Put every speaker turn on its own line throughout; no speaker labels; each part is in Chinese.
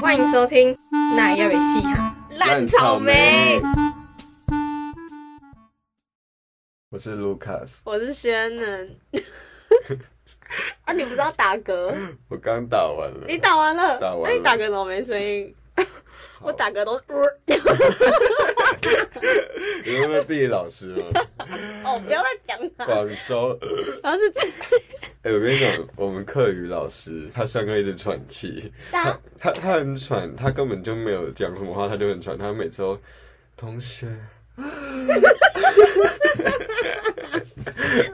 欢迎收听《那要被戏哈烂草莓》，，
我是 Lucas，
我是轩能。 啊，你不知道打嗝？
我刚打完了。
你打完了？
打完了
那你打嗝怎么没声音？
好
我打，嗝都是
你是不是地理老师吗？
哦，不要再讲了。
广州，
然后啊是这，
哎、我跟你讲，我们课余老师他上课一直喘气，
大
他他
家
他很喘，他根本就没有讲什么话，他就很喘，他每次都同 学，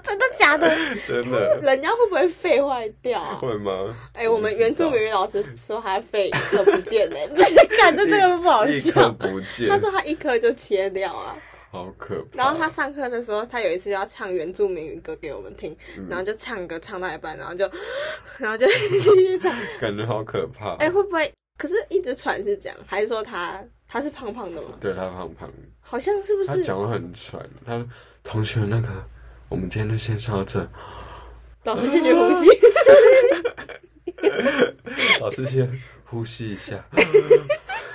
真的假的？
真的
人家会不会肺坏掉啊？
会吗？
哎、我们
不知道
原住民语老师说他肺一颗 不见嘞、欸，看这这个不好
一颗
笑。
不见
他，说他一颗就切掉啊，
好可怕。
然后他上课的时候，他有一次就要唱原住民语歌给我们听，
嗯
然后就唱歌唱到一半，然后就， 然后就继续唱。
感觉好可怕。
哎、会不会？可是一直喘是这样，还是说他他是胖胖的吗？
对他胖胖的。
好像是不
他
是？
讲的很喘，他说同学那个，我们今天就先上到这，
老师拒绝呼吸，
老师先呼吸一 下。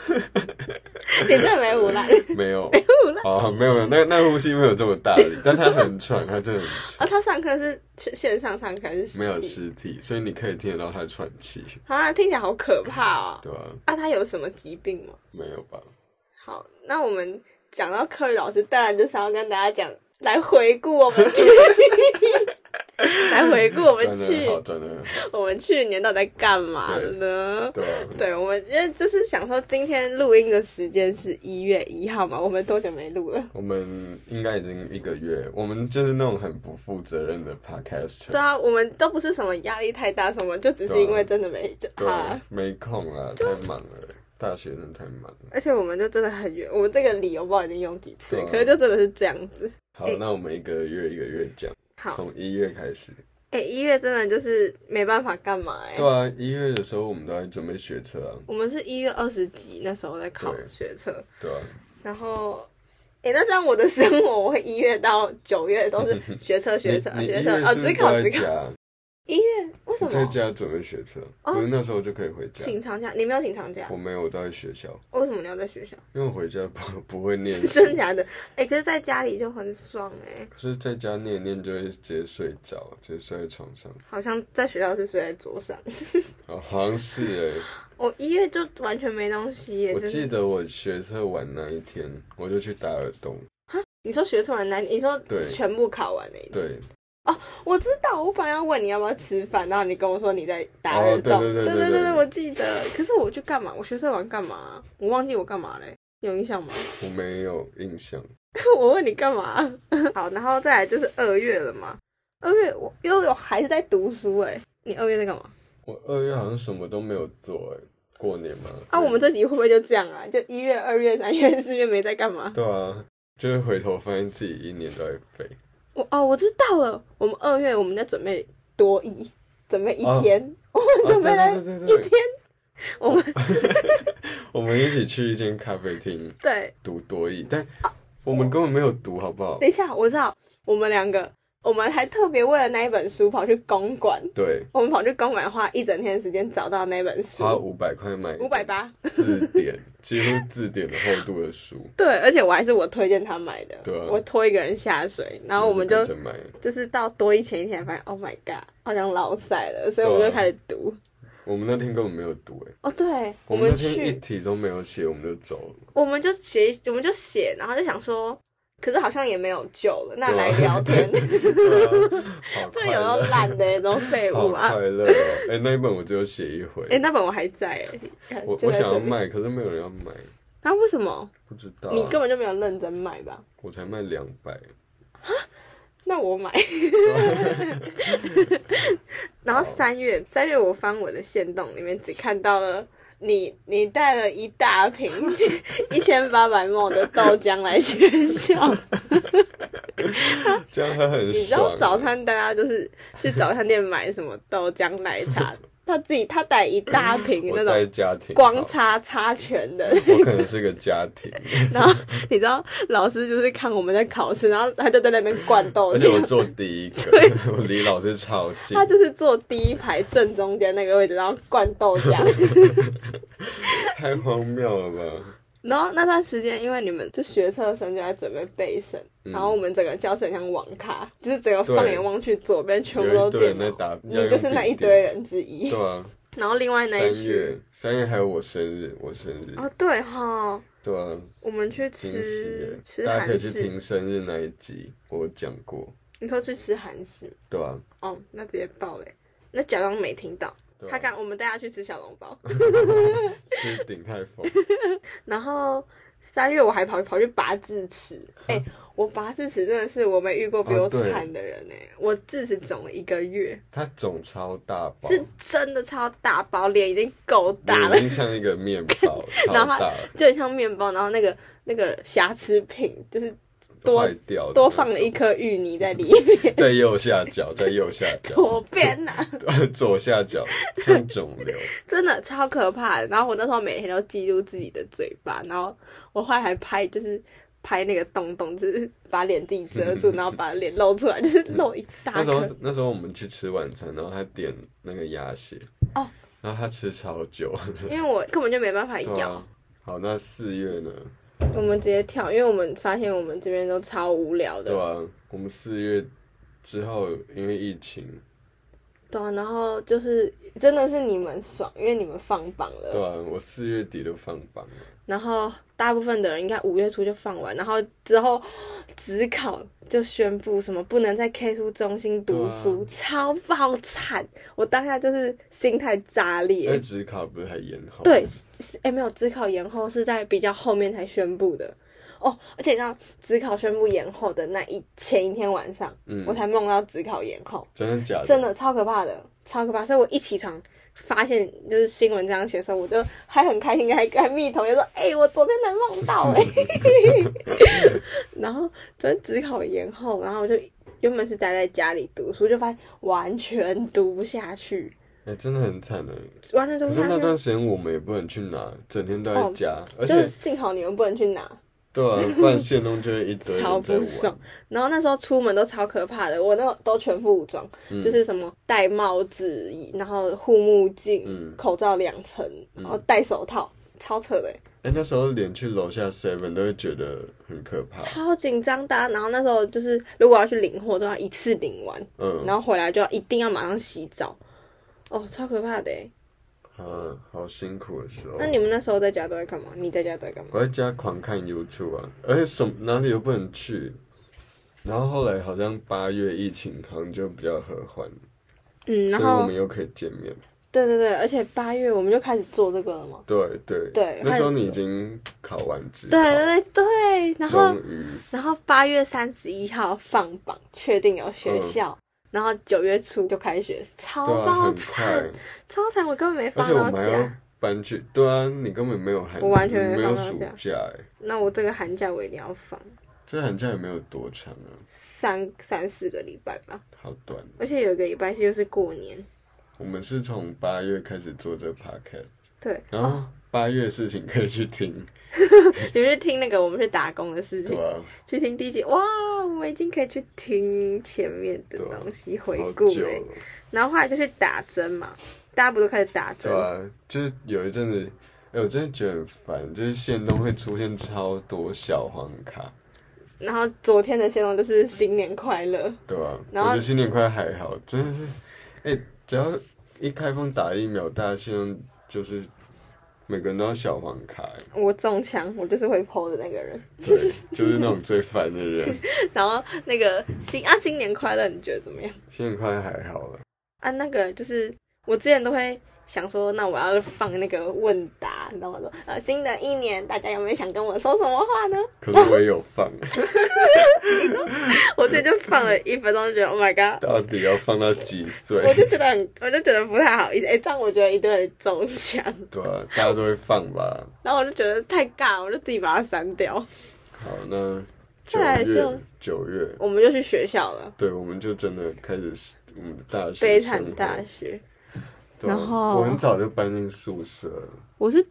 你真的没无赖。
没有，啊，没有没有，那那呼吸没有这么大力，但他很喘，他真的很
啊，
喘，
他上课是去线上上课还是实体
没有实体，所以你可以听得到他喘气，
啊？听起来好可怕哦。
对吧、
啊，他有什么疾病吗？
没有吧？
好，那我们讲到课余老师，当然就是要跟大家讲，来回顾我们 去，来回顾我
转的
们去
很好，转的很好，
我们去年到底在干嘛呢？
对吧、
对，我们因为就是想说，今天录音的时间是一月一号嘛，我们多久没录了？
我们应该已经一个月，我们就是那种很不负责任的 podcast，
对啊，我们都不是什么压力太大什么，就只是因为真的没就
对
啊，
没空啊，太忙了，大学生太忙了。
而且我们就真的很远，我们这个理由不知道已经用几次
对，啊
可是就真的是这样子。
好，那我们一个月一个月讲，
好
从一月开始。
哎、一月真的就是没办法干嘛哎、
对啊，一月的时候我们都在准备学车啊，
我们是一月二十几那时候在考
对
学测，
对啊，
然后，诶，那这样我的生活，我会一月到九月都是 学车学车
你你
学
一
车
月
哦，
是
只考
不
只
在
考。
家，
一月为什
在
么
家准备学车，
哦
可是那时候就可以回家。
请长假？你没有请长假
我？没有，我都在学校，
为什么你要在学校？
因为我回家不 不会念书，
真的假的？诶，可是在家里就很爽欸诶，
可是在家念一念就会直接睡着，直接睡在床上。
好像在学校是睡在桌上。
哦，好像是
我一月就完全没东西欸
哎、
耶，
我
就
记
是
得我学车完那一天，我就去打耳洞。
你说学车完难，你说
对
全部考完欸诶。
对，
我知道，我本来要问你要不要吃饭，然后你跟我说你在打耳洞，
哦对对对
对
对对
对我记得。可是我去干嘛？我学社玩干嘛？我忘记我干嘛嘞，有印象吗？
我没有印象。
我问你干嘛？ 好，然后再来就是二月了嘛，二月我因为我还是在读书哎、你二月在干嘛？
我二月好像什么都没有做、哎，过年嘛。
啊，
对
我们这集会不会就这样啊？就一月、二月、三月、四月没在干嘛？
对啊，就是回头发现自己一年都在废。
我哦，我知道了，我们二月我们在准备多一，准备一
哦
天，我 们准备了
对对对
一
对对
天，我们
我们一起去一间咖啡厅
对。
读多义，但
啊
我们根本没有读，好不好
等？一下，我知道，我们两个，我们还特别为了那一本书跑去公馆，
对，
我们跑去公馆花一整天的时间找到那本书，
花五百块买
五百八。
字典，几乎字典的厚度的书，
对，而且我还是我推荐他买的，
对啊
我拖一个人下水，然后我们就
跟着买。
就是到多一前一天，发现 Oh my God，好像老塞了，所以我
对啊
们就开始读。
我们那天根本没有读、哎，
哦，对，我
我们
们
那天一
去，
题都没有写，我们就走了。
我们就写，我们就写，然后就想说，可是好像也没有救了，那
对啊
来聊 天，
对啊 好
这
快
有要
乐，
烂的那种废
好
物啊
快！乐、哦！哎、那一本我只有写一回，
哎、那本我还在、欸，
我
就
我
在
想
这
要
里。
卖，可是没有人要买，
那、为什么？
不知道啊、
你根本就没有认真买吧？
我才卖两 百，
那我买。 然后三月，三月我翻我的线洞里面只看到了你，你带了一大瓶 一千八百毫的豆浆来学 校。
这样还很爽、啊
你知道早餐大家就是去早餐店买什么豆浆奶茶。他自己他带一大 瓶那
我带
种
家庭好
光，擦擦拳的，
我可能是个家庭，
然后你知道老师就是看我们在考试，然后他就在那边灌豆
而且我
浆，
坐第一个，我离老师超近
他，就是坐第一排正中间那个位置，然后灌豆 浆。
太荒谬了吧？
然后那段时间，因为你们就学测生就在准备备审，
嗯
然后我们整个教室很像网咖，就是整个
对
放眼望去，左边全部
有
都
一堆
是电
人在
脑，
打，
你就是那一堆，人之一
对。啊。
然后 另外那一
三
区，
月，三月还有我生日，我生日，
哦对哈，
对啊，
我们去
惊喜
吃
耶！
吃
大家可以
韩
去
式，
听生日那一集，我讲过，
你说去吃韩式，
对啊，
哦，那直接爆嘞，那假装没听到。
对啊
他刚我们带他去吃小笼包，
吃鼎泰 丰，
然后三月我还跑跑去拔智齿，哎、我拔智齿真的是我没遇过比
哦
我
嗯对
惨的人哎、我智齿肿了一个月。
它肿超大包，
是真的超大包，脸已经够大了
已，经像一个面包，超
然后
大，
就很像面包，然后那个那个瑕疵品就是多
坏掉的
多放了一
那
颗芋泥在里面，
种，在右下角，在右下角，
左边呐、
左下角像肿瘤，
啊真的超可怕的。然后我那时候每天都记录自己的嘴巴，然后我后来还拍就是。拍那个洞洞，就是把脸自己遮 住，然后把脸露出来，就是露一大
那时候
颗。
那时候我们去吃晚餐，然后他点那个鸭血，
哦，哎
然后他吃超久，
因为我根本就没办法
对
咬，
啊，好，那四月呢？啊
我们直接跳，因为我们发现我们这边都超无聊的
对。啊，我们四月之后因为疫情，
对啊，然后就是真的是你们爽，因为你们放榜了。
对啊，我四月底就放榜了。
然后大部分的人应该五月初就放完，然后之后只考就宣布什么不能在 K 书中心读
啊
书，超爆惨！我当下就是心态炸
因为
裂。
职考不是还延后？
对，是哎，没有，只考延后是在比较后面才宣布的。哦，而且你知道，只考宣布延后的那一前一天晚上，
嗯
我才梦到只考延后。
真的假的？
真的超可怕的，超可怕。所以我一起床发现就是新闻这样写的时候，我就还很开心，还还密同学说：“哎、我昨天才梦到 哎、然后昨天只考延后，然后我就原本是待在家里读书，就发现完全读不下去，
哎、真的很惨的。
完全读
可
不
是
下
那
去。
段时间我们也不能去哪，整天都在
哦
家，而
就是
且
幸好你们不能去拿，
对啊，不然线弄就会一堆人在
超
玩。
不爽。然后那时候出门都超可怕的，我那种都全副武装，
嗯
就是什么戴帽子，然后护目镜、
嗯
口罩两层，然后戴手套，超扯的欸，
哎、那时候连去楼下 Seven 都会觉得很可怕。
超紧张的啊、然后那时候就是如果要去领货，都要一次领完，
嗯，
然后回来就要一定要马上洗澡，哦，超可怕的欸。
啊，好辛苦的时候。
那你们那时候在家都在干嘛？你在家都在干嘛？
我在家狂看 YouTube 啊，而且什么哪里都不能去。然后后来好像八月疫情好像就比较和缓，
嗯，然
所以我
后
们又可以见面。
对对对，而且八月我们就开始做这个了嘛。
对对
对
那时候
开始
你已经考完职考，
对对对，然后
终于
然后八月三十一号放榜，确定有学校，然后九月初就开学，超
嗯对啊，
爆
很快，
惨，超惨，我根本没
而
放
且我
到
们还要
假。
搬去，对啊，你根本没有寒，
我完全没
没有
放到
暑
假
假哎，
那我这个寒假我一定要放
这寒假也没有多长啊，
三三四个礼拜吧，
好短。啊
而且有一个礼拜是又是过年，
我们是从八月开始做这 podcast，
对，
然后八月的事情可以去听，
你去听那个我们去打工的事
对啊
情，
吧？
去听第一集，哇，我们已经可以去听前面的
对啊
东西回
好
顾
久
了，欸
了，
然后后来就去打针嘛，大家不都开始打针
对？啊，就是有一阵子。哎、我真的觉得很烦，就是线动会出现超多小黄卡，
然后昨天的线动就是新年快乐，
对吧、啊？
然
我
后
觉得新年快还好，真的是，哎、只要一开放打疫苗，大家现在就是每个人都要小黄卡、哎
我中枪，我就是会剖的那个人。
对，就是那种最烦的人。
然后那个新啊，新年快乐，你觉得怎么样？
现在快还好了，
啊，那个就是我之前都会想说，那我要放那个问答，你知道吗？说呃，新的一年大家有没有想跟我说什么话呢？
可是我也有放，
我之前就放了一分钟，就觉得 Oh my god，
到底要放到几
我
岁？
就觉得很，我就觉得不太好意思。哎、这样我觉得一堆人中枪，
对啊，大家都会放吧。
然后我就觉得太尬了，我就自己把它删掉。
好，那九
再来就
月，九月，
我们就去学校了，
对，我们就真的开始我们的大学
悲惨
生活
大
对
学。
啊
然后
我很早就搬进宿舍了，
我是应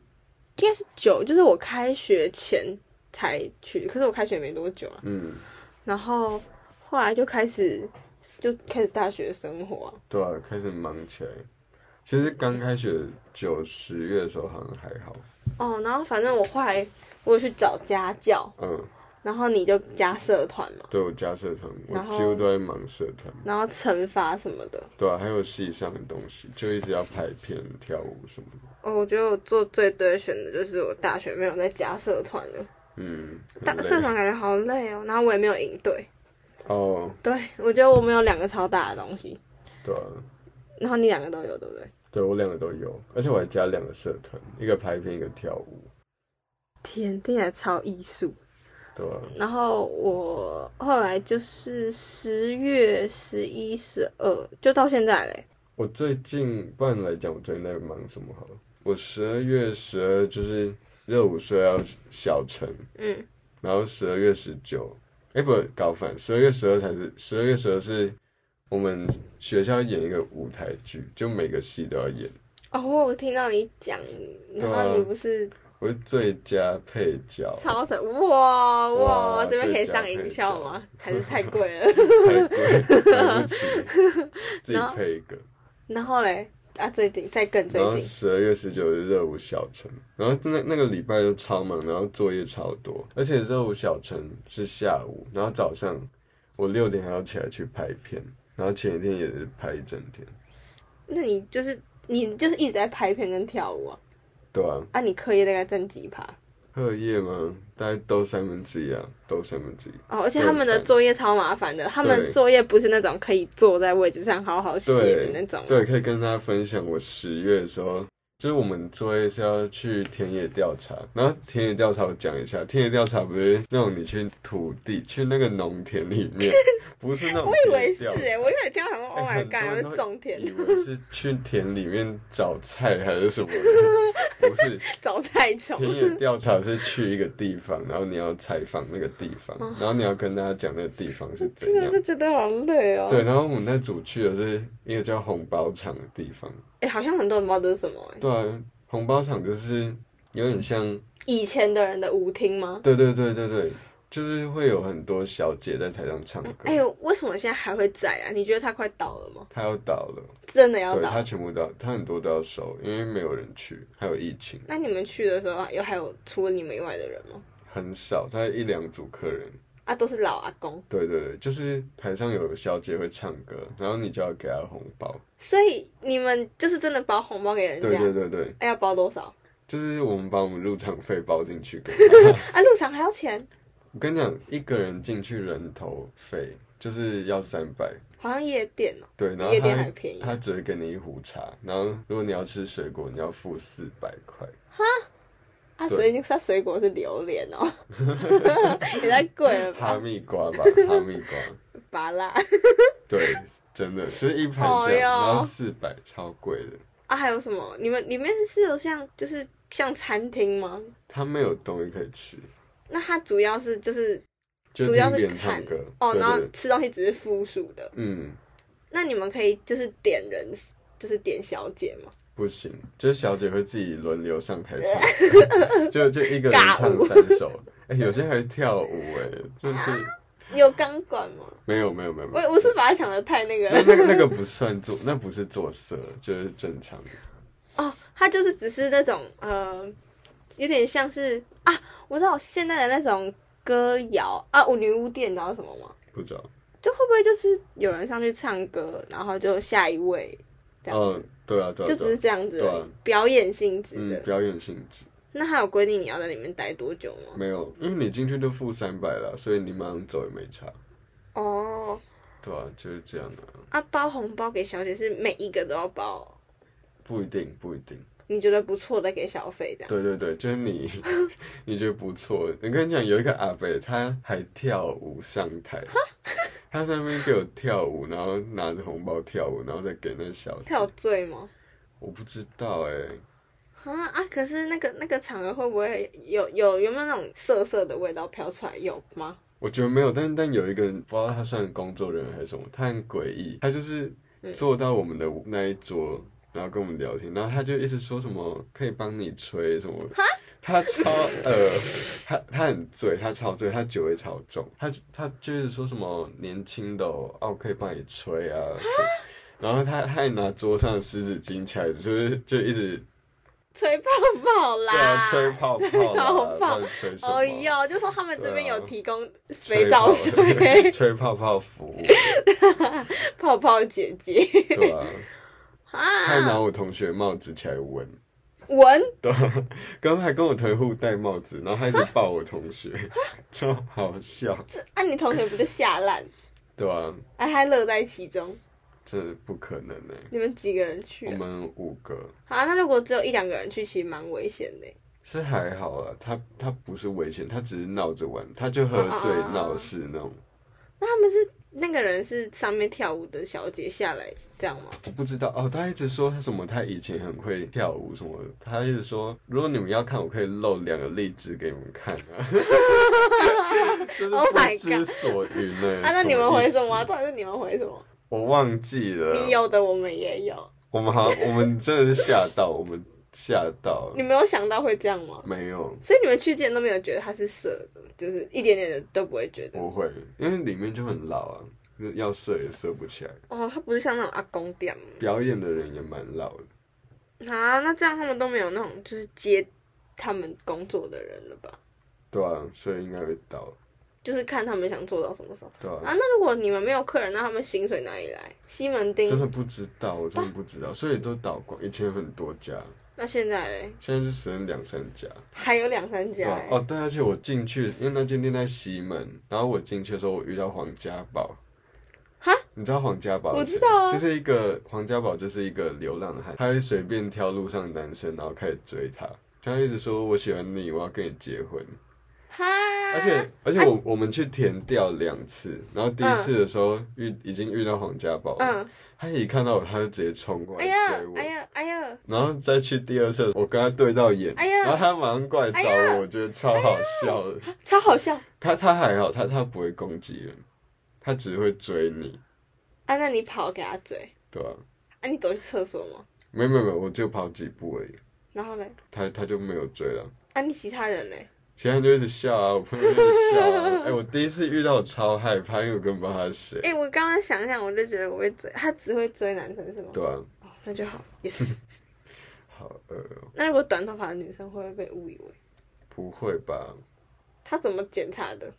该是九，就是我开学前才去，可是我开学没多久啊。
嗯，
然后后来就开始就开始大学生活啊、
对啊，开始忙起来。其实刚开学九十月的时候好像还好，
哦，然后反正我后来我有去找家教，
嗯，
然后你就加社团嘛，
对我加社团，我
然后
几乎都在忙社团，
然后惩罚什么的。
对啊，还有系上的东西，就一直要拍片、跳舞什么的，
哦，我觉得我做最对的选择就是我大学没有再加社团了，
嗯，
大
很
社
累。
团感觉好累哦，然后我也没有赢队。
哦，
对，我觉得我们有两个超大的东西，
对啊，
然后你两个都有，对不对？
对我两个都有，而且我还加两个社团，一个拍片，一个跳舞，
天，听起来超艺术。
对啊，
然后我后来就是十月、十一、十二，就到现在嘞。
我最近，不然来讲，我最近在忙什么好了？我十二月十二就是热舞社要小城，
嗯，
然后十二月十九，哎，不，搞反，十二月十二才是，十二月十二是我们学校演一个舞台剧，就每个戏都要演。
哦，我有听到你讲，然
对啊
后你不是
我是最佳配角，
超神哇哇，
哇
这边可以上营销吗？ 还是太贵了？
太贵，买不起，自己
然后
配一个。
然后嘞，啊，最近再更最
然后
近，
十二月十九日热舞小城，然后那那个礼拜就超忙，然后作业超多，而且热舞小城是下午，然后早上我六点还要起来去拍片，然后前一天也是拍一整天，
那你就是你就是一直在拍片跟跳舞啊？
对啊，
啊，你课业大概占几趴？
课业嘛，大概都三分之一啊，都三分之一，
哦，而且他们的作业超麻烦的，他们的
对
作业不是那种可以坐在位置上好好写的那种。啊
对，可以跟大家分享我十月的时候。就是我们作业是要去田野调查，然后田野调查我讲一下，田野调查不是那种你去土地去那个农田里 面，不是那种
我以
田
为
野
是
调查。
哎、我一开始听到想说，Oh
哎
my
很多
god，
人
然
都
后种田
以为是去田里面找菜还是什么的， 不是。
找菜虫。
田野调查是去一个地方，然后你要采访那个地方，然后你要跟大家讲那个地方是怎
真的
样
就。觉哦得好累哦。
对，然后我们那组去的是一个叫红包场的地方。
哎、好像很多人不知道这是什么、哎，
对啊，红包场就是有点像，
以前的人的舞厅吗？
对对对对对，就是会有很多小姐在台上唱歌。
哎、呦，为什么现在还会在啊？你觉得它快倒了吗？
他要倒了，
真的要
对
倒
他？全部都要，他很多都要收，因为没有人去，还有疫情。
那你们去的时候有还有除了你们以外的人吗？
很少，大概一两组客人。
啊，都是老阿公，
对对对，就是台上有小姐会唱歌，然后你就要给她红包。
所以你们就是真的包红包给人家。
对对对对，
哎、要包多少？
就是我们把我们入场费包进去给她。
啊，入场还要钱，
我跟你讲，一个人进去人头费就是要三百。
好像夜店哦、
对，然后
夜店还
他
便宜
他只会给你一壶茶，然后如果你要吃水果，你要付四百块。
啊，
对
水它水果是榴莲哦、 也太贵了
哈
吧，
密瓜吧，哈密瓜，
拔辣
对，真的就是一盘
哦
这样，
哟
然后四百，超贵的。
啊，还有什么？你们里面是有像就是像餐厅吗？
他没有东西可以吃，
那它主要是就是
就
主要
听
是
别人
看
唱歌。
哦，
对
然后
对对
吃东西只是附属的。
嗯，
那你们可以就是点人，就是点小姐吗？
不行，就是小姐会自己轮流上台唱， 就就一个人
尬
唱
舞
三首。哎、有些还跳舞、哎，就是
啊有钢管吗？
没有没有没有没
我
有，
我是把它想的太那个
那
了
那个那个不算做，那不是做色，就是正常的。
哦，它就是只是那种呃，有点像是啊，我知道现在的那种歌谣啊，舞女巫店，你知道什么吗？
不知道，
就会不会就是有人上去唱歌，然后就下一位这样
哦
子，，
对啊对啊，
就只
对
是
啊
这样子
对啊
而已表演性质的。
嗯，表演性质
那还有规定你要在里面待多久吗？
没有，因为你进去就付三百了，所以你马上走也没差，
哦，
对啊，就是这样啊，
啊，包红包给小姐是每一个都要包，
不一定不一定，
你觉得不错的给小费这样。
对对对，就是你 你觉得不错，我跟你讲，有一个阿伯他还跳舞上台，他在那边给我跳舞，然后拿着红包跳舞，然后再给那小姐
他有，醉吗？
我不知道哎、
啊啊！可是那个那个场合会不会有有有没有那种涩涩的味道飘出来？有吗？
我觉得没有，但但有一个人不知道他算工作人员还是什么，他很诡异，他就是坐到我们的那一桌，然后跟我们聊天，然后他就一直说什么可以帮你吹什么，他超呃， 他他很醉，他超醉，他酒味超重，他他就是说什么年轻的哦，啊我可以帮你吹啊，然后他他还拿桌上的湿纸巾起来，就是就一直
吹泡泡啦，
对啊吹泡泡啦
泡，泡
不然吹什么？啊
哦哟，就说他们这边有提供
吹
肥皂
泡
水、
吹泡泡服务，
泡泡姐姐
对啊，他还拿
啊，
我同学帽子起来闻。
闻
对啊，刚刚还跟我同学互戴帽子，然后他一直抱我同学， 超好笑，
啊，你同学不就吓烂？
对啊，
哎，还乐在其中。
这不可能呢、
你们几个人去
我
啊？
们五个
啊，那如果只有一两个人去，其实蛮危险的。
是还好啦，他他不是危险，他只是闹着玩，他就喝醉
啊啊啊
闹事那种。
那他们是那个人是上面跳舞的小姐下来这样吗？
我不知道哦，他一直说他什么，他以前很会跳舞什么的，他一直说如果你们要看，我可以露两个荔枝给你们看啊， 就是
Oh my
不知所云呢、
啊，那你们回什
么意
么啊？
思？啊
到底是你们回什么？
我忘记了。
你有的我们也有，
我们 好像，我们真的是吓到，我们吓到
你，没有想到会这样吗？
没有，
所以你们去之前都没有觉得它是色的，就是一点点的都不会觉得。
不会，因为里面就很老啊，要睡也睡不起来，
哦，它不是像那种阿公店吗
表演的人也蛮老的，
啊？那这样他们都没有那种就是接他们工作的人了吧？
对啊，所以应该会倒，
就是看他们想做到什么时候
对啊
啊。，那如果你们没有客人，那他们薪水哪里来？西门町
真的不知道，我
啊
真的不知道，所以都倒光，以前很多家，
那现在嘞
现在就只剩两三家，
还有两三
对
家、
啊
欸，
哦，对，而且我进去，因为那间店在西门，然后我进去的时候，我遇到黄家宝。
哈，
你知道黄家宝
我
是
知
谁
道啊
就是一个黄家宝，就是一个流浪汉，他会随便挑路上的男生，然后开始追他。他一直说我喜欢你，我要跟你结婚。
哈，
而
啊
且而且我、我们去填调两次，然后第一次的时候遇、已经遇到黄家宝了，
嗯，
他一看到我他就直接冲过
哎呀
来哦追我。
哎呀哎呀，
然后再去第二次，我跟他对到眼，
哎呀
然后他马上过来找
哎
我，
呀
我觉得超好笑的。
超好笑
他他还好，他他不会攻击人，他只会追你，
啊！那你跑给他追
对吧、
啊？你走去厕所吗？
没有没有没有，我就跑几步而已，
然后嘞，
他他就没有追了。
啊，你其他人嘞？
其他人就一直笑啊，我朋友就一直笑 啊。哎、我第一次遇到，我超害怕，因为我根本不知道他是谁。
哎、我刚刚想想，我就觉得我会追，他只会追男生是吗？
对啊，
哦，那就 好，yes。
好饿、哦，
那如果短头发的女生会不会被误以为？
不会吧？
他怎么检查的？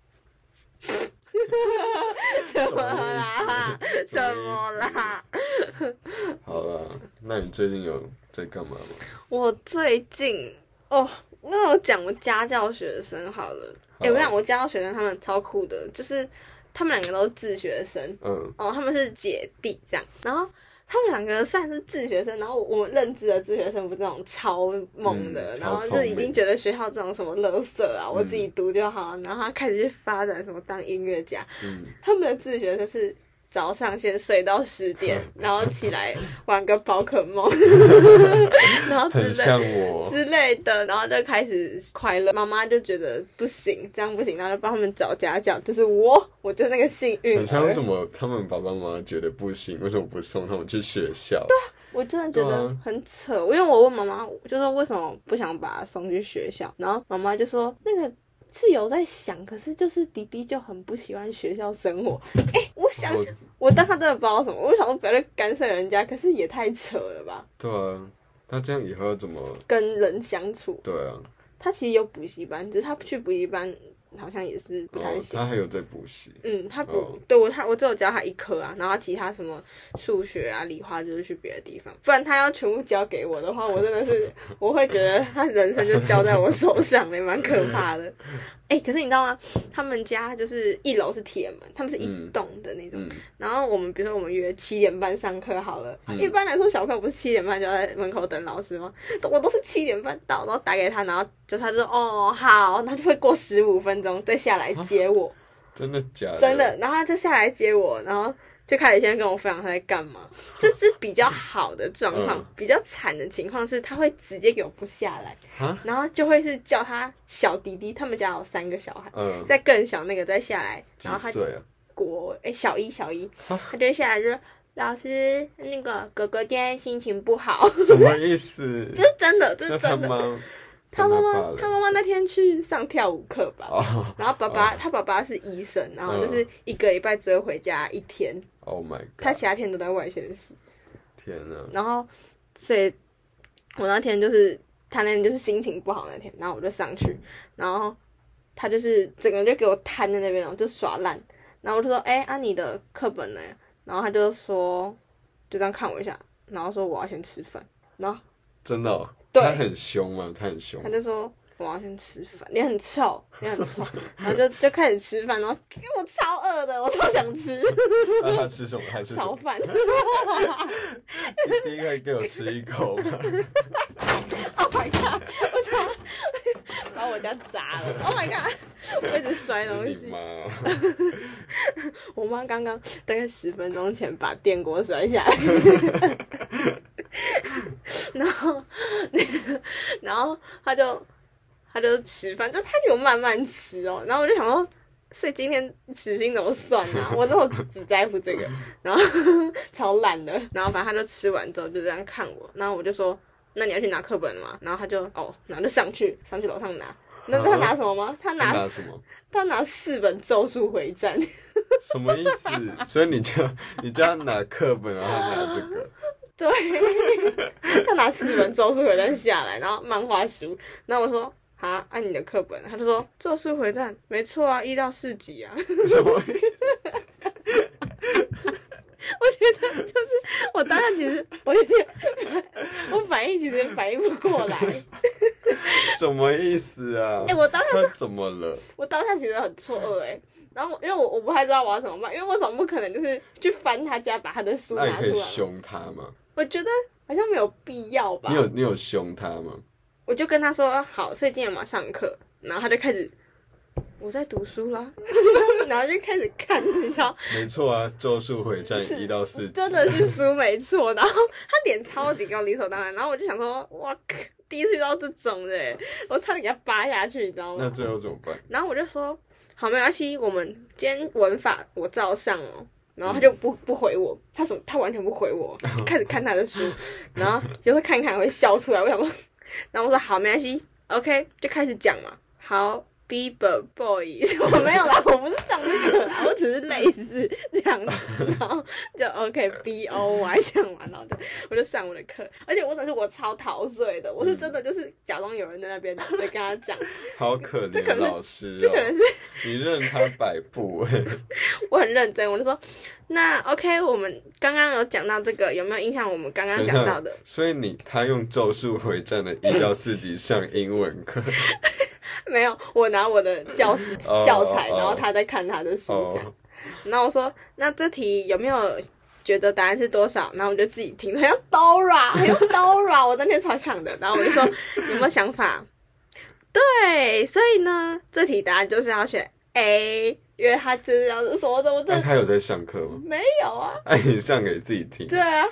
什么啦？什么啦？
好啦，那你最近有在干嘛吗？
我最近哦，那我讲我家教学生好了。哎、我想我家教学生他们超酷的，就是他们两个都是自学生
嗯，
哦，他们是姐弟这样。然后他们两个算是自学生，然后我们认知的自学生不是那种超猛的，
嗯
然后
超聪
就
明
已经觉得学校这种什么垃圾啊，我自己读就好。然后他开始去发展什么当音乐家，
嗯
他们的自学生是早上先睡到十点，
嗯
然后起来玩个宝可 梦，然后之
很像哦
类。
我，
之类的，然后就开始快乐。妈妈就觉得不行，这样不行，然后就帮他们找家教。就是我，我就那个幸运
很像
儿
什，么？他们爸爸妈妈觉得不行，为什么不送他们去学校？
我真的觉
对
得
啊
很扯。因为我问妈妈，就说为什么不想把他送去学校，然后妈妈就说那个是有在想，可是就是弟弟就很不喜欢学校生 活。哎、我想
我
我当时真的不知道什么，我想说不要去干涉人家，可是也太扯了吧，
对啊，那这样以后要怎么？
跟人相处。
对啊，
他其实有补习班，只是他去补习班好像也是不太
哦，
行。
他还有在补习，
嗯，他不、
哦
对我他我只有教他一科啊，然后其他什么数学啊、理化就是去别的地方，不然他要全部交给我的话，我真 的是我会觉得他人生就交在我手上了，蛮可 怕的。哎、可是你知道吗？他们家就是一楼是铁门，他们是一
嗯
栋的那种，
嗯，
然后我们比如说我们约七点半上课好了，啊
嗯
一般来说小朋友不是七点半就要在门口等老师吗？我都是七点半到，然后打给他，然后就他就说哦好，他就会过十五分钟再下来接我，
真的假的？
真的，然后他就下来接我，然后。就开始先跟我分享他在 干嘛，这是比较好的状况。
嗯
比较惨的情况是，他会直接给我不下来，
哈，
然后就会是叫他小弟弟。他们家有三个小孩，
嗯，
再更小那个再下来，
几
然后他
岁啊？啊
国哎、小一小一，他就会下来就说老师，那个哥哥今天心情 不好，
什么意思？
这是真的，这
那
是
他
真的。
妈
他妈
跟他爸
妈
嘞，
他妈妈那天去上跳舞课吧，
哦
然后爸爸、他爸爸是医生，然后就是一个礼拜只会回家一天，
，Oh my
他
god！
其他天都在外县市。
天哪，
然后，所以我那天就是他那天就是心情不好那天，然后我就上去，然后他就是整个就给我瘫在那边，然后就耍烂，然后我就说：“哎、啊你的课本呢？”然后他就说，就这样看我一下，然后说我要先吃饭，然后
真的哦、
对
他很凶吗？他很凶
他，就说。我要先吃饭，你很臭，你很臭，然后就就开始吃饭，然后因为我超饿的，我超想吃
那他吃什么？他吃什
炒
么？
饭，
第一个给我吃一口 吧。
Oh my god！我操， 把我家砸了！Oh my god！我一直摔东
是你
西
妈。哦、
我妈刚刚大概十分钟前把电锅摔下来，然后，然后她就她就吃饭，就她有慢慢吃哦。然后我就想说，所以今天时薪怎么算呢、啊？我怎么只在乎这个？然后 超懒的。然后反正她就吃完之后就这样看我，然后我就说。那你要去拿课本了吗？然后她就哦，然后就上去上去楼上拿。那她拿什么吗？她
他
拿
拿什么？
她拿四本《咒术回战》。
什么意思？所以你就你就要拿课本，然后拿这 个。
对，他拿四本咒术回战下来，然后漫画书，然后我说啊，按、你的课本，他就说咒术回战没错啊，一到四集啊，
什么？
我当下其实我有点，我反应其实反应不 过来，
什么意思啊？
哎、我当下
他怎么了？
我当下其实很错愕哎、然后我因为我我不太知道我要怎么办，因为我总不可能就是去翻他家把他的书
那你
拿
可
出来
以
嘛，
凶他吗？
我觉得好像没有必要吧
你，有你有凶他吗？
我就跟他说好，所以今天我们要上课，然后他就开始我在读书啦， 然后就开始看，你知道，
没错啊，《咒术回战》
是
一到四集，
真的是书没错，然后他脸超级高，理所当然，然后我就想说，哇，第一次遇到这种的耶，我差点给他扒下去，你知道
那
吗？
最后怎么办？
然后我就说好，没关系，我们今天文法我照上哦。然后他就不不回我，他什么他完全不回我，就开始看他的书，然后有时候看一看会笑出来，我想说，然后我说好没关系，OK 就开始讲嘛，好。Bieber boy，我 没有啦，我不是上那个啦，我只是类似这样子，然后就 OK B O Y 这样完，然后就我就上我的课，而且我总是我超陶醉的，我是真的就是假装有人在那边在跟他讲，
好可
这可
怜
能是
老师
这可能
哦，
是
你任他摆布哎。
我很认真，我就说，那 OK，我们刚刚有讲到这个，有没有印象？我们刚刚
等一
讲
下
到 的，
所以你他用《咒术回战》的一到四集上英文 课，
没有，我拿我的教室
哦
教材，
哦
然后他在看他的书
哦
这样。然后我说，那这题有没有觉得答案是多少？然后我就自己听，好像 Dora，好像 Dora，我那 天超想的。然后我就说，有没有想法？对，所以呢，这题答案就是要选 A，因为他就是要什么的，我真
那
的
他有在上课吗？
没有啊。
哎，你上给自己听
对啊，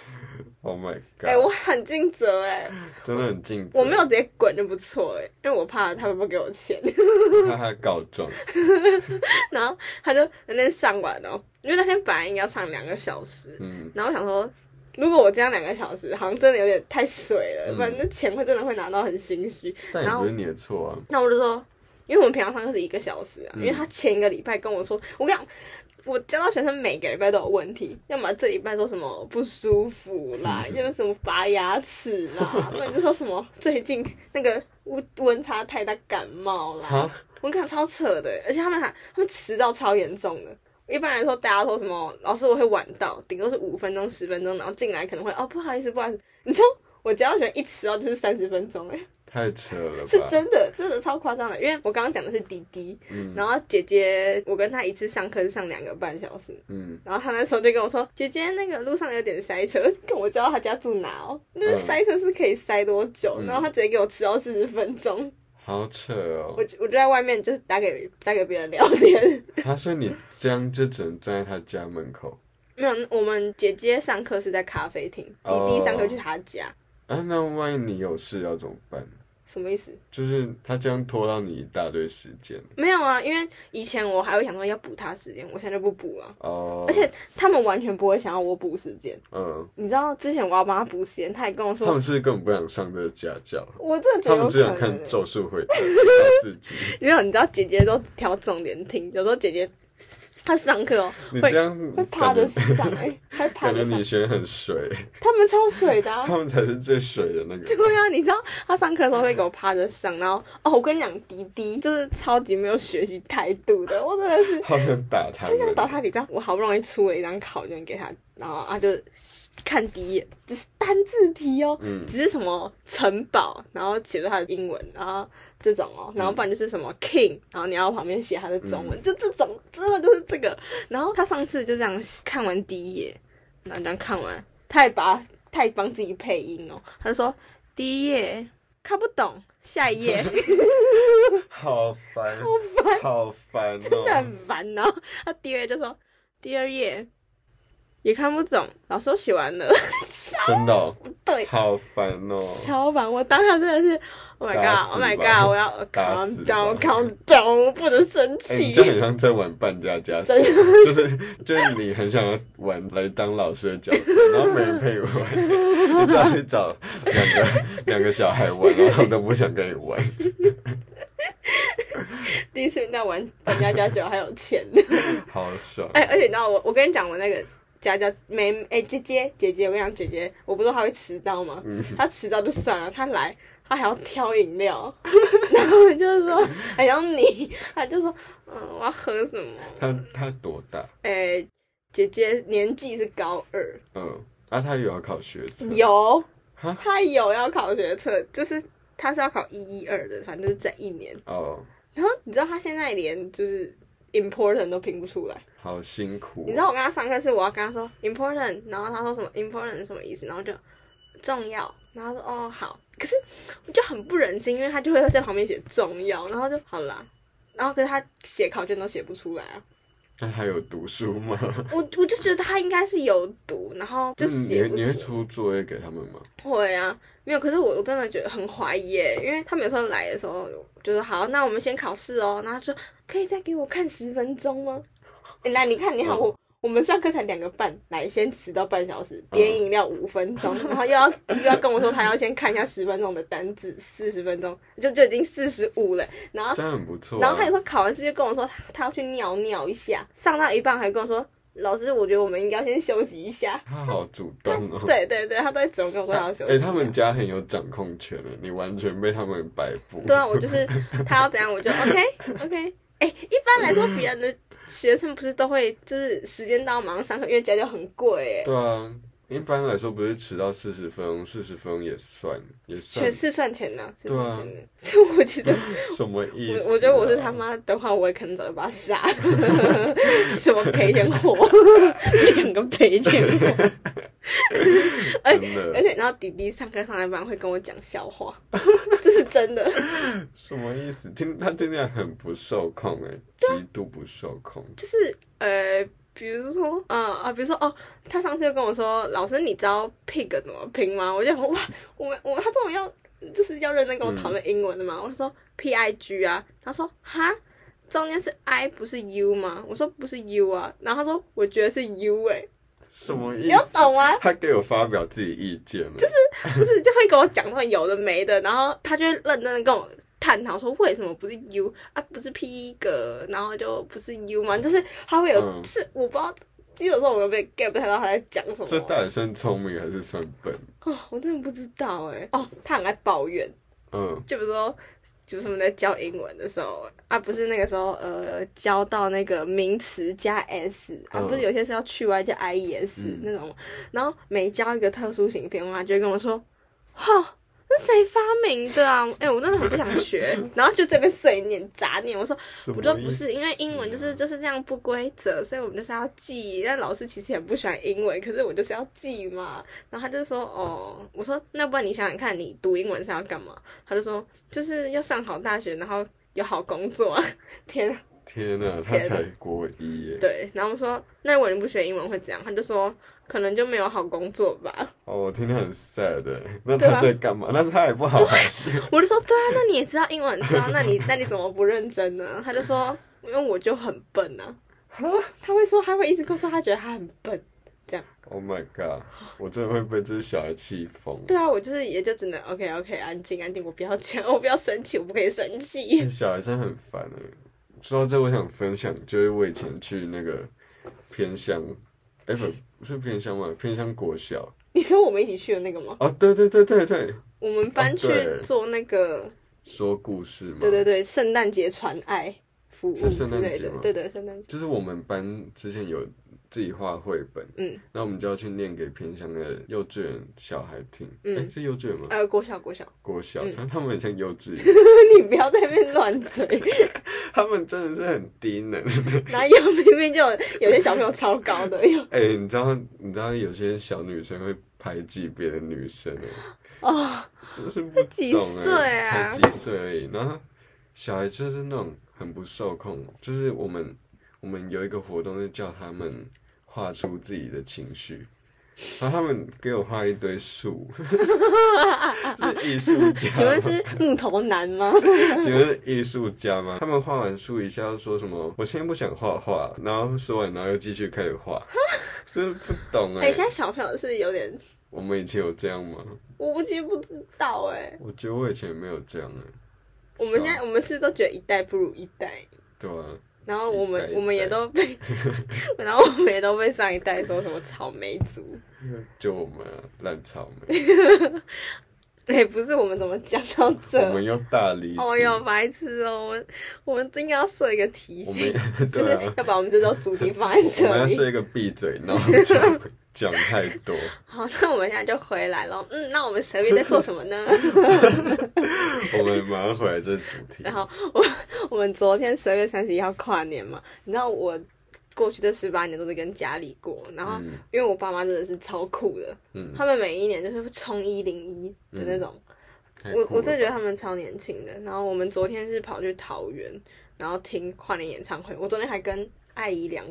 ，Oh my
哎、
god，
我很尽责哎、
真的很尽责。
我没有直接滚就不错哎、因为我怕他们不给我钱。
他还告状，
然后他就嗯那天上完哦，因为那天本来应该要上两个小时，
嗯，
然后我想说，如果我这样两个小时，好像真的有点太水了，
嗯
不然那钱会真的会拿到很心虚。
但也
然后
不是你的 错啊。
那我就说，因为我们平常上课是一个小时啊，
嗯
因为他前一个礼拜跟我说，我跟你讲。我教到学生每个礼拜都有问 题，要么这礼拜说什么不舒服啦，要么什么拔牙齿啦，不然就说什么最近那个温温差太大感冒啦，
哈，
我看超扯的，欸而且他们还他们迟到超严重的。一般来说，大家说什么老师我会晚到，顶多是五分钟、十分钟，然后进来可能会哦不好意思不好意思。你知道我教学一迟到就是三十分钟，哎，
太扯了吧？
是真的，真的超夸张的。因为我刚刚讲的是滴滴，
嗯
然后姐姐我跟她一次上课是上两个半小时，
嗯，
然后她那时候就跟我说，姐姐那个路上有点塞车，跟我知道她家住哪哦，那边
嗯
塞车是可以塞多久？
嗯
然后她直接给我迟到四十分钟，
好扯哦
我。就我就在外面就是打给打给别人聊天。
他说你这样就只能站在他家门口
没有，我们姐姐上课是在咖啡厅，弟
哦
弟上课去他家。
啊？那万一你有事要怎么办？
什么意思？
就是他这样拖到你一大堆时间
没有啊，因为以前我还会想说要补他时间，我现在就不补了。
哦。
而且他们完全不会想要我补时间，
嗯，
你知道之前我要帮他补时间，他也跟我
他
说，
们是不是根本不想上这个家教，
我真的觉
他
得
们只
有
想
可
看
能
《
欸，
咒术 回战》第四集。
因为你知道姐姐都挑重点听，有时候姐姐她上课哦
你
会
这样
会趴
感
着
觉
上，哎，还趴
感觉
着上
你，学很水，
他们超 水的啊。
他们才是最水的那个。
对啊，你知道他上课的时候会给我趴着上，然后哦，我跟你讲，迪迪就是超级没有学习态度的，我真的是
好想打他
就想
们，
打他，你知道，我好不容易出了一张考卷给他，然后他就看第一眼，只是单字题哦，
嗯
只是什么城堡，然后写着他的英文，然后这种哦，然后不然就是什么 king，然后你要旁边写他的中文，就这种，真的就是这个。然后他上次就这样看完第一页，然后这样看完，他也把他也帮自己配音哦，他就说第一页看不懂，下一页。
好烦，好烦，好烦
真的
哦
很！烦。然后他第二页就说，第二页也看不懂，老师都写完了，
真的哦，
对，
好烦哦！
超烦。我当下真的是，Oh my
打死
God，Oh my
吧
God，我要
打死
calm
吧
down，calm down，我不能生
哎、
气
你。这很像在玩扮家家酒，
真
就是就是你很想要玩来当老师的角色，然后没人陪我玩，你只要去找两个两个小孩玩，然后他们都不想跟你 玩，
第一次遇到玩玩家家酒还有钱，
好爽！
哎，而且你知道我，我跟你讲，我那个。家家妹哎、姐姐姐姐，我跟你讲，姐姐，我不是说她会迟到吗？
嗯
她迟到就算了，她来她还要挑饮料， 然后我就是说，还要你，她就说，嗯，我要喝什么？
他他多大？
诶、姐姐年纪是高二，
嗯，啊，他有要考学测，
嗯有
哈
她有要考学测，就是她是要考一一二的，反正就是这一年。
哦，
然后你知道她现在连就是 important 都拼不出来，
好辛苦、哦。
你知道我跟她上课是我要跟她说 important，然后她说什么 important 是什么意思，然后就重要，然后她说哦好，可是我就很不忍心，因为她就会在旁边写重要，然后就好啦。然后可是她写考卷都写不出来啊，
那他有读书吗？
我我就觉得她应该是有读，然后就写
嗯你
不
你会
出。
出作业给他们吗？
会啊，没有。可是我我真的觉得很怀疑耶，因为他们有时候来的时候，就是好，那我们先考试哦。然后就可以再给我看十分钟吗？ 诶来，你看，你好，
嗯
我我们上课才两个半，来先迟到半小
嗯
时，点饮料五分 钟，然后又要又要跟我说他要先看一下十分钟的单字，四十分钟就就已经四十五了，然后
这样很不错、啊。
然后他有时候考完试就跟我说他他要去尿尿一下，上到一半还跟我说老师，我觉得我们应该要先休息一下。
他好主动哦。
对对对，他都会主动跟我说他要休息一
哎、
下。
他们家很有掌控权的，你完全被他们摆 布。
对啊，我就是他要怎样我 就 OK OK。哎、一般来说，别人的学生不是都会就是时间到马上上课，因为家教很贵哎，
对啊，一般来说不是迟到四十分钟，四十分钟也算也算
全，是算钱呐、是
对啊
算钱的。 所以我觉得，
什么意思、啊？
我我觉得我是他，妈的话，我也可能早就把他杀 了，什么赔钱货，两个赔钱 货。
真
哎而
的
且你知道，弟弟上课上来班会跟我讲笑话，这是真的。
什么意思？听他听起来很不受控哎、极度不受控。
就是呃，比如说，嗯啊，比如说哦，他上次就跟我说，老师你知道 pig 怎么拼吗？我就想说哇，我们我们他这种要就是要认真跟我讨论英文的嘛，我就说 p i g 啊，他说哈。中间是 i 不是 u 吗？我说不是 u 啊，然后他说我觉得是 u 哎、
什么意
你要
思？
懂吗？
他给我发表自己意见了，就是
不是就会跟我讲到有的没的，然后他就会认真的跟我探讨说为什么不是 U 啊，不是 P 格，然后就不是 U 嘛，就是他会有，
嗯
是我不知道，其实有时候我有被 get 不太到他在讲什
这
么，
到底算聪明还是算笨？
哦，我真的不知道哎、哦，他很爱抱怨，
嗯，
就比如说。就是我们在教英文的时候啊，不是那个时候，呃，教到那个名词加 s 啊，
嗯
不是有些是要去 y 加 i e s
嗯
那种，然后每教一个特殊型变化，就会跟我说，哈、那谁发明的啊？哎、我真的很不想学， 然后就这边碎念杂念，我说
什
我
么
说
意啊
不是，因为英文就是就是这样不规则，所以我们就是要记。但老师其实很不喜欢英文，可是我就是要记嘛。然后他就说哦，我说那不然你想想看，你读英文是要干嘛？他就说就是要上好大学，然后有好工作、 啊。天啊，
天哪、他
天哪
才国一耶，
对。然后我说那如果你不学英文会怎样？他就说可能就没有好工作吧。
哦，我听得很 sad 欸那
对
他
啊
在干嘛？那他也不好好学。
我就说对啊，那你也知道英文很糟，那你那你怎么不认真呢？他就说因为我就很笨啊，他会说他会一直跟我说他觉得他很笨。
Oh my god！我真的会被这小孩气疯。
对啊，我就是也就只能 OK OK 安静安静，我不要讲， 我不要生气，我不可以生气。
小孩真的很烦哎、说到这，我想分享，就是我以前去那个偏乡，哎、不不是偏乡嘛，偏乡国小。
你说我们一起去的那个吗？
哦，对对对对对，
我们班去
哦对
做那个，
说故事嘛。
对对对，圣诞节传爱服务
是
之
圣诞
类
节
的
吗，
对对，圣诞节，
就是我们班之前有自己画绘本，
嗯，
那我们就要去念给偏乡的幼稚园小孩听。
嗯
诶是幼稚园吗？
呃，国小国小，
国小，
嗯
但他们很像幼 稚园，
你不要在那边乱 嘴，
他们真的是很低能。
哪有 明明就有有些小朋友超高的， 有
哎、你知道你知道有些小女生会排挤别的女生哎、
哦，
就是不
几
懂哎、
岁啊
才几岁而已。然后小孩就是那种很不受控，就是我们我们有一个活动，就叫他们画出自己的情绪。然后他们给我画一堆树， 是艺术家吗。
请问是木头男 吗？
请问是艺术家吗？他们画完树一下又说什么？我现在不想画画，然后说完然后又继续开始画， 就是不懂哎、
哎、现在小朋友是有点，
我们以前有这样吗？
我不其实不知道哎、
我觉得我以前没有这样哎、
我们现在我们是不是都觉得一代不如一代，
对啊，
然后我们
一代一代
我们也都被， 然后我们也都被上一代说什么草莓族，
就我们啊烂、草莓，
哎、不是我们怎么讲到 这？
我们又大离题，
哦哟，白痴哦！我们我们应该要设一个提
我
醒，
们
就
对
是
啊，
要把我们这周主题放
我
在
们
这
要
里。
设一个闭嘴，然后讲 讲太多，
好，那我们现在就回来了。嗯，那我们蛇月在做什么呢？
我们马上回来这主题
然。后我我们昨天十二月三十一号跨年嘛，你知道我过去这十八年都是跟家里过，然后
嗯
因为我爸妈真的是超酷的，
嗯，
他们每一年就是冲一零一的那种，
太
我
酷
我真的觉得
了吧
他们超年轻的。然后我们昨天是跑去桃园，然后听跨年演唱会。我昨天还跟艾怡良，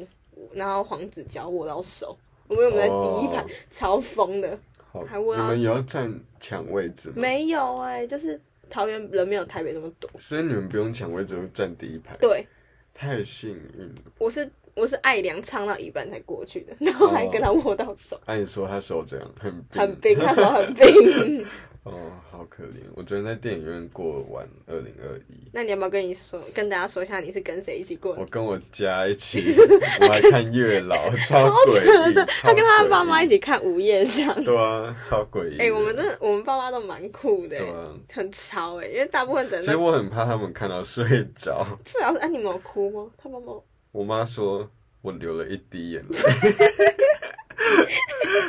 然后黄子佼握到手，我们我们在第一排、
哦
超疯的。
好，
还问
你
到
们也要占抢位置吗？，
没有哎、就是桃园人没有台北这么多。
所以你们不用抢位置，就站第一排，
对，
太幸运了。
我是我是艾怡良唱到一半才过去的，然后还跟
哦
他握到手，
按、理说他手怎样？很冰
很冰，那时候很冰。
哦，好可怜。我昨天在电影院过完二零二一，
那你要不要跟你说，跟大家说一下你是跟谁一起过的
我？跟我家一 起，我还看月老，超诡异。
他跟他爸妈一
起。
起看午夜场。
对啊，超诡异的。
哎、我们真的，我们爸妈都蛮酷的、
对啊。
很潮哎、因为大部分的人
其实
都
我很怕他们看到睡着。
至少是哎、你们有哭吗？他妈妈
我妈说我流了一滴眼泪，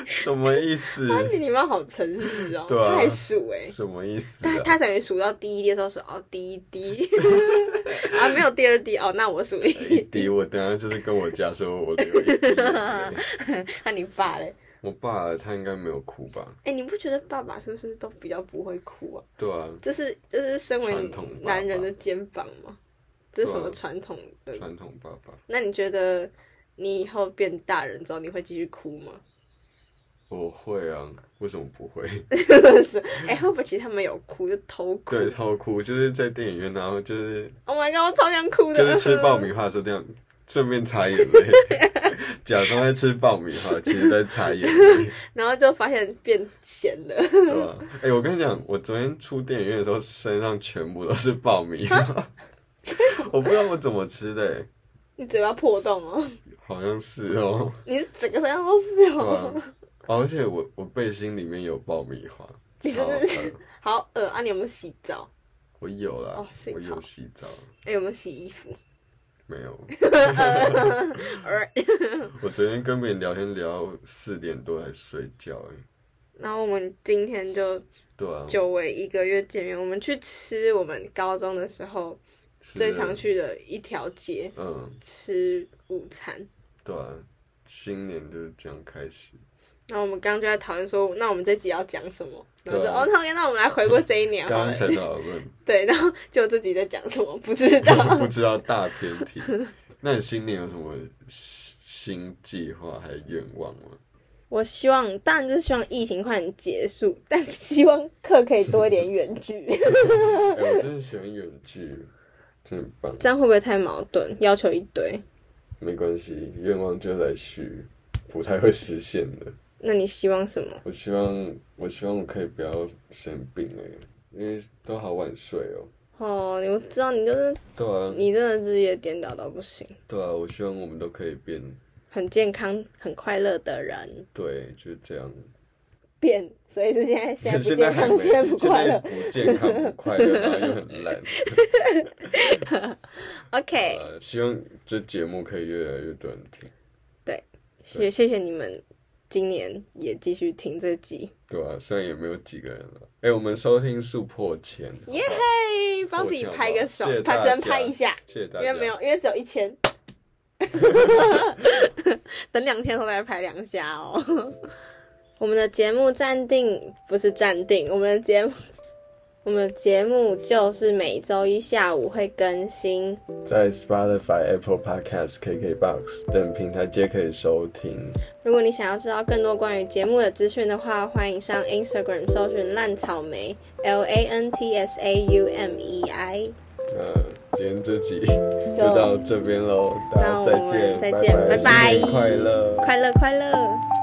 什么意思？
啊，你你妈好诚实哦、
对啊
她还数哎、
什么意思、
她
啊？
她等于数到第一滴的时候是哦第一 滴，啊没有第二滴哦，那我数一
一
滴，
滴，我等下就是跟我家说我流一滴眼 泪。
那、你爸嘞？
我爸他应该没有哭吧？
哎、你不觉得爸爸是不是都比较不会哭啊？
对啊，
就是就是身为
传统爸爸
男人的肩膀嘛，这是什么
对啊
传统的？
传统爸爸，
那你觉得你以后变大人之后，你会继续哭吗？
我会啊，为什么不 会？
是，哎、会不会其实他们有哭就偷哭
对，偷哭就是在电影院，然后就是
？Oh my god，我超想 哭的。
就是吃爆米花的时候这样，顺便擦眼泪， 假装在吃爆米花，其实在擦眼泪，
然后就发现变咸了，
对吧、哎、我跟你讲，我昨天出电影院的时候，身上全部都是爆米花， 我不知道我怎么吃的、哎
你嘴巴破洞 哦，
好像是哦，
你整个身上都是
对吧、
哦，
哦而且我我背心里面有爆米花，
你
超
真的
饿
是 好恶啊！你有没有洗澡？
我有啦，
哦幸
我
好
有洗澡，
哎、有没有洗衣服？
没有。
呃
我昨天跟别人聊天聊到四点多才睡觉、哎，
然后我们今天就
对啊，
久违一个月见面，我们去吃我们高中的时候
嗯是
最常，去的一条街
嗯，
吃午餐。
对啊，新年就是这样开始。
然后我们刚刚就在讨论说，那我们这集要讲什么？然后就、
对啊
哦，那 OK，那我们来回顾这一年好
刚
了
刚。才讨论，
对，然后就自己在讲什么不知道。
不知道大偏题。那你新年有什么新新计划还是愿望吗？
我希望，当然就是希望疫情快点结束，但 希望课可以多一点远距。
哎、我真的喜欢远距，真的棒。
这样会不会太矛盾？要求一堆，
没关系，愿望就来许，不太会实现的。
那你希望什么？
我希望，我希望我可以不要生病哎、因为都好晚睡哦。
哦，我知道你就是
对啊，
你真的日夜颠倒到不行，
对啊，我希望我们都可以变，
很健康、很快乐的人
对，就是这样。
变，所以是现在现在不
现
健
还
康，
没
现在不快乐。
不健康，不快乐，然后 又很烂。
OK，
呃，希望这节目可以越来越多人听，
谢谢谢你们，今年也继续听这集，
对啊，虽然也没有几个人了，哎、我们收听数破千，
耶嘿，帮自己拍个手
谢谢，大
拍
家
只能拍一下，
谢谢大
因
家。
为没有，因为只有 一千。等两天后再拍两下哦。我们的节目暂定不是暂定，我们的节目，我们的节目就是每周一下午会更新。
在 Spotify、Apple Podcast、KKBox 等平台皆可以收听。
如果你想要知道更多关于节目的资讯的话，欢迎上 Instagram 搜寻烂草莓 L A N T S A U M E I。
那今天这集就
就
到这边喽，大
那
家
我
再
们
见，
再见拜拜
新年快乐。
快乐快乐。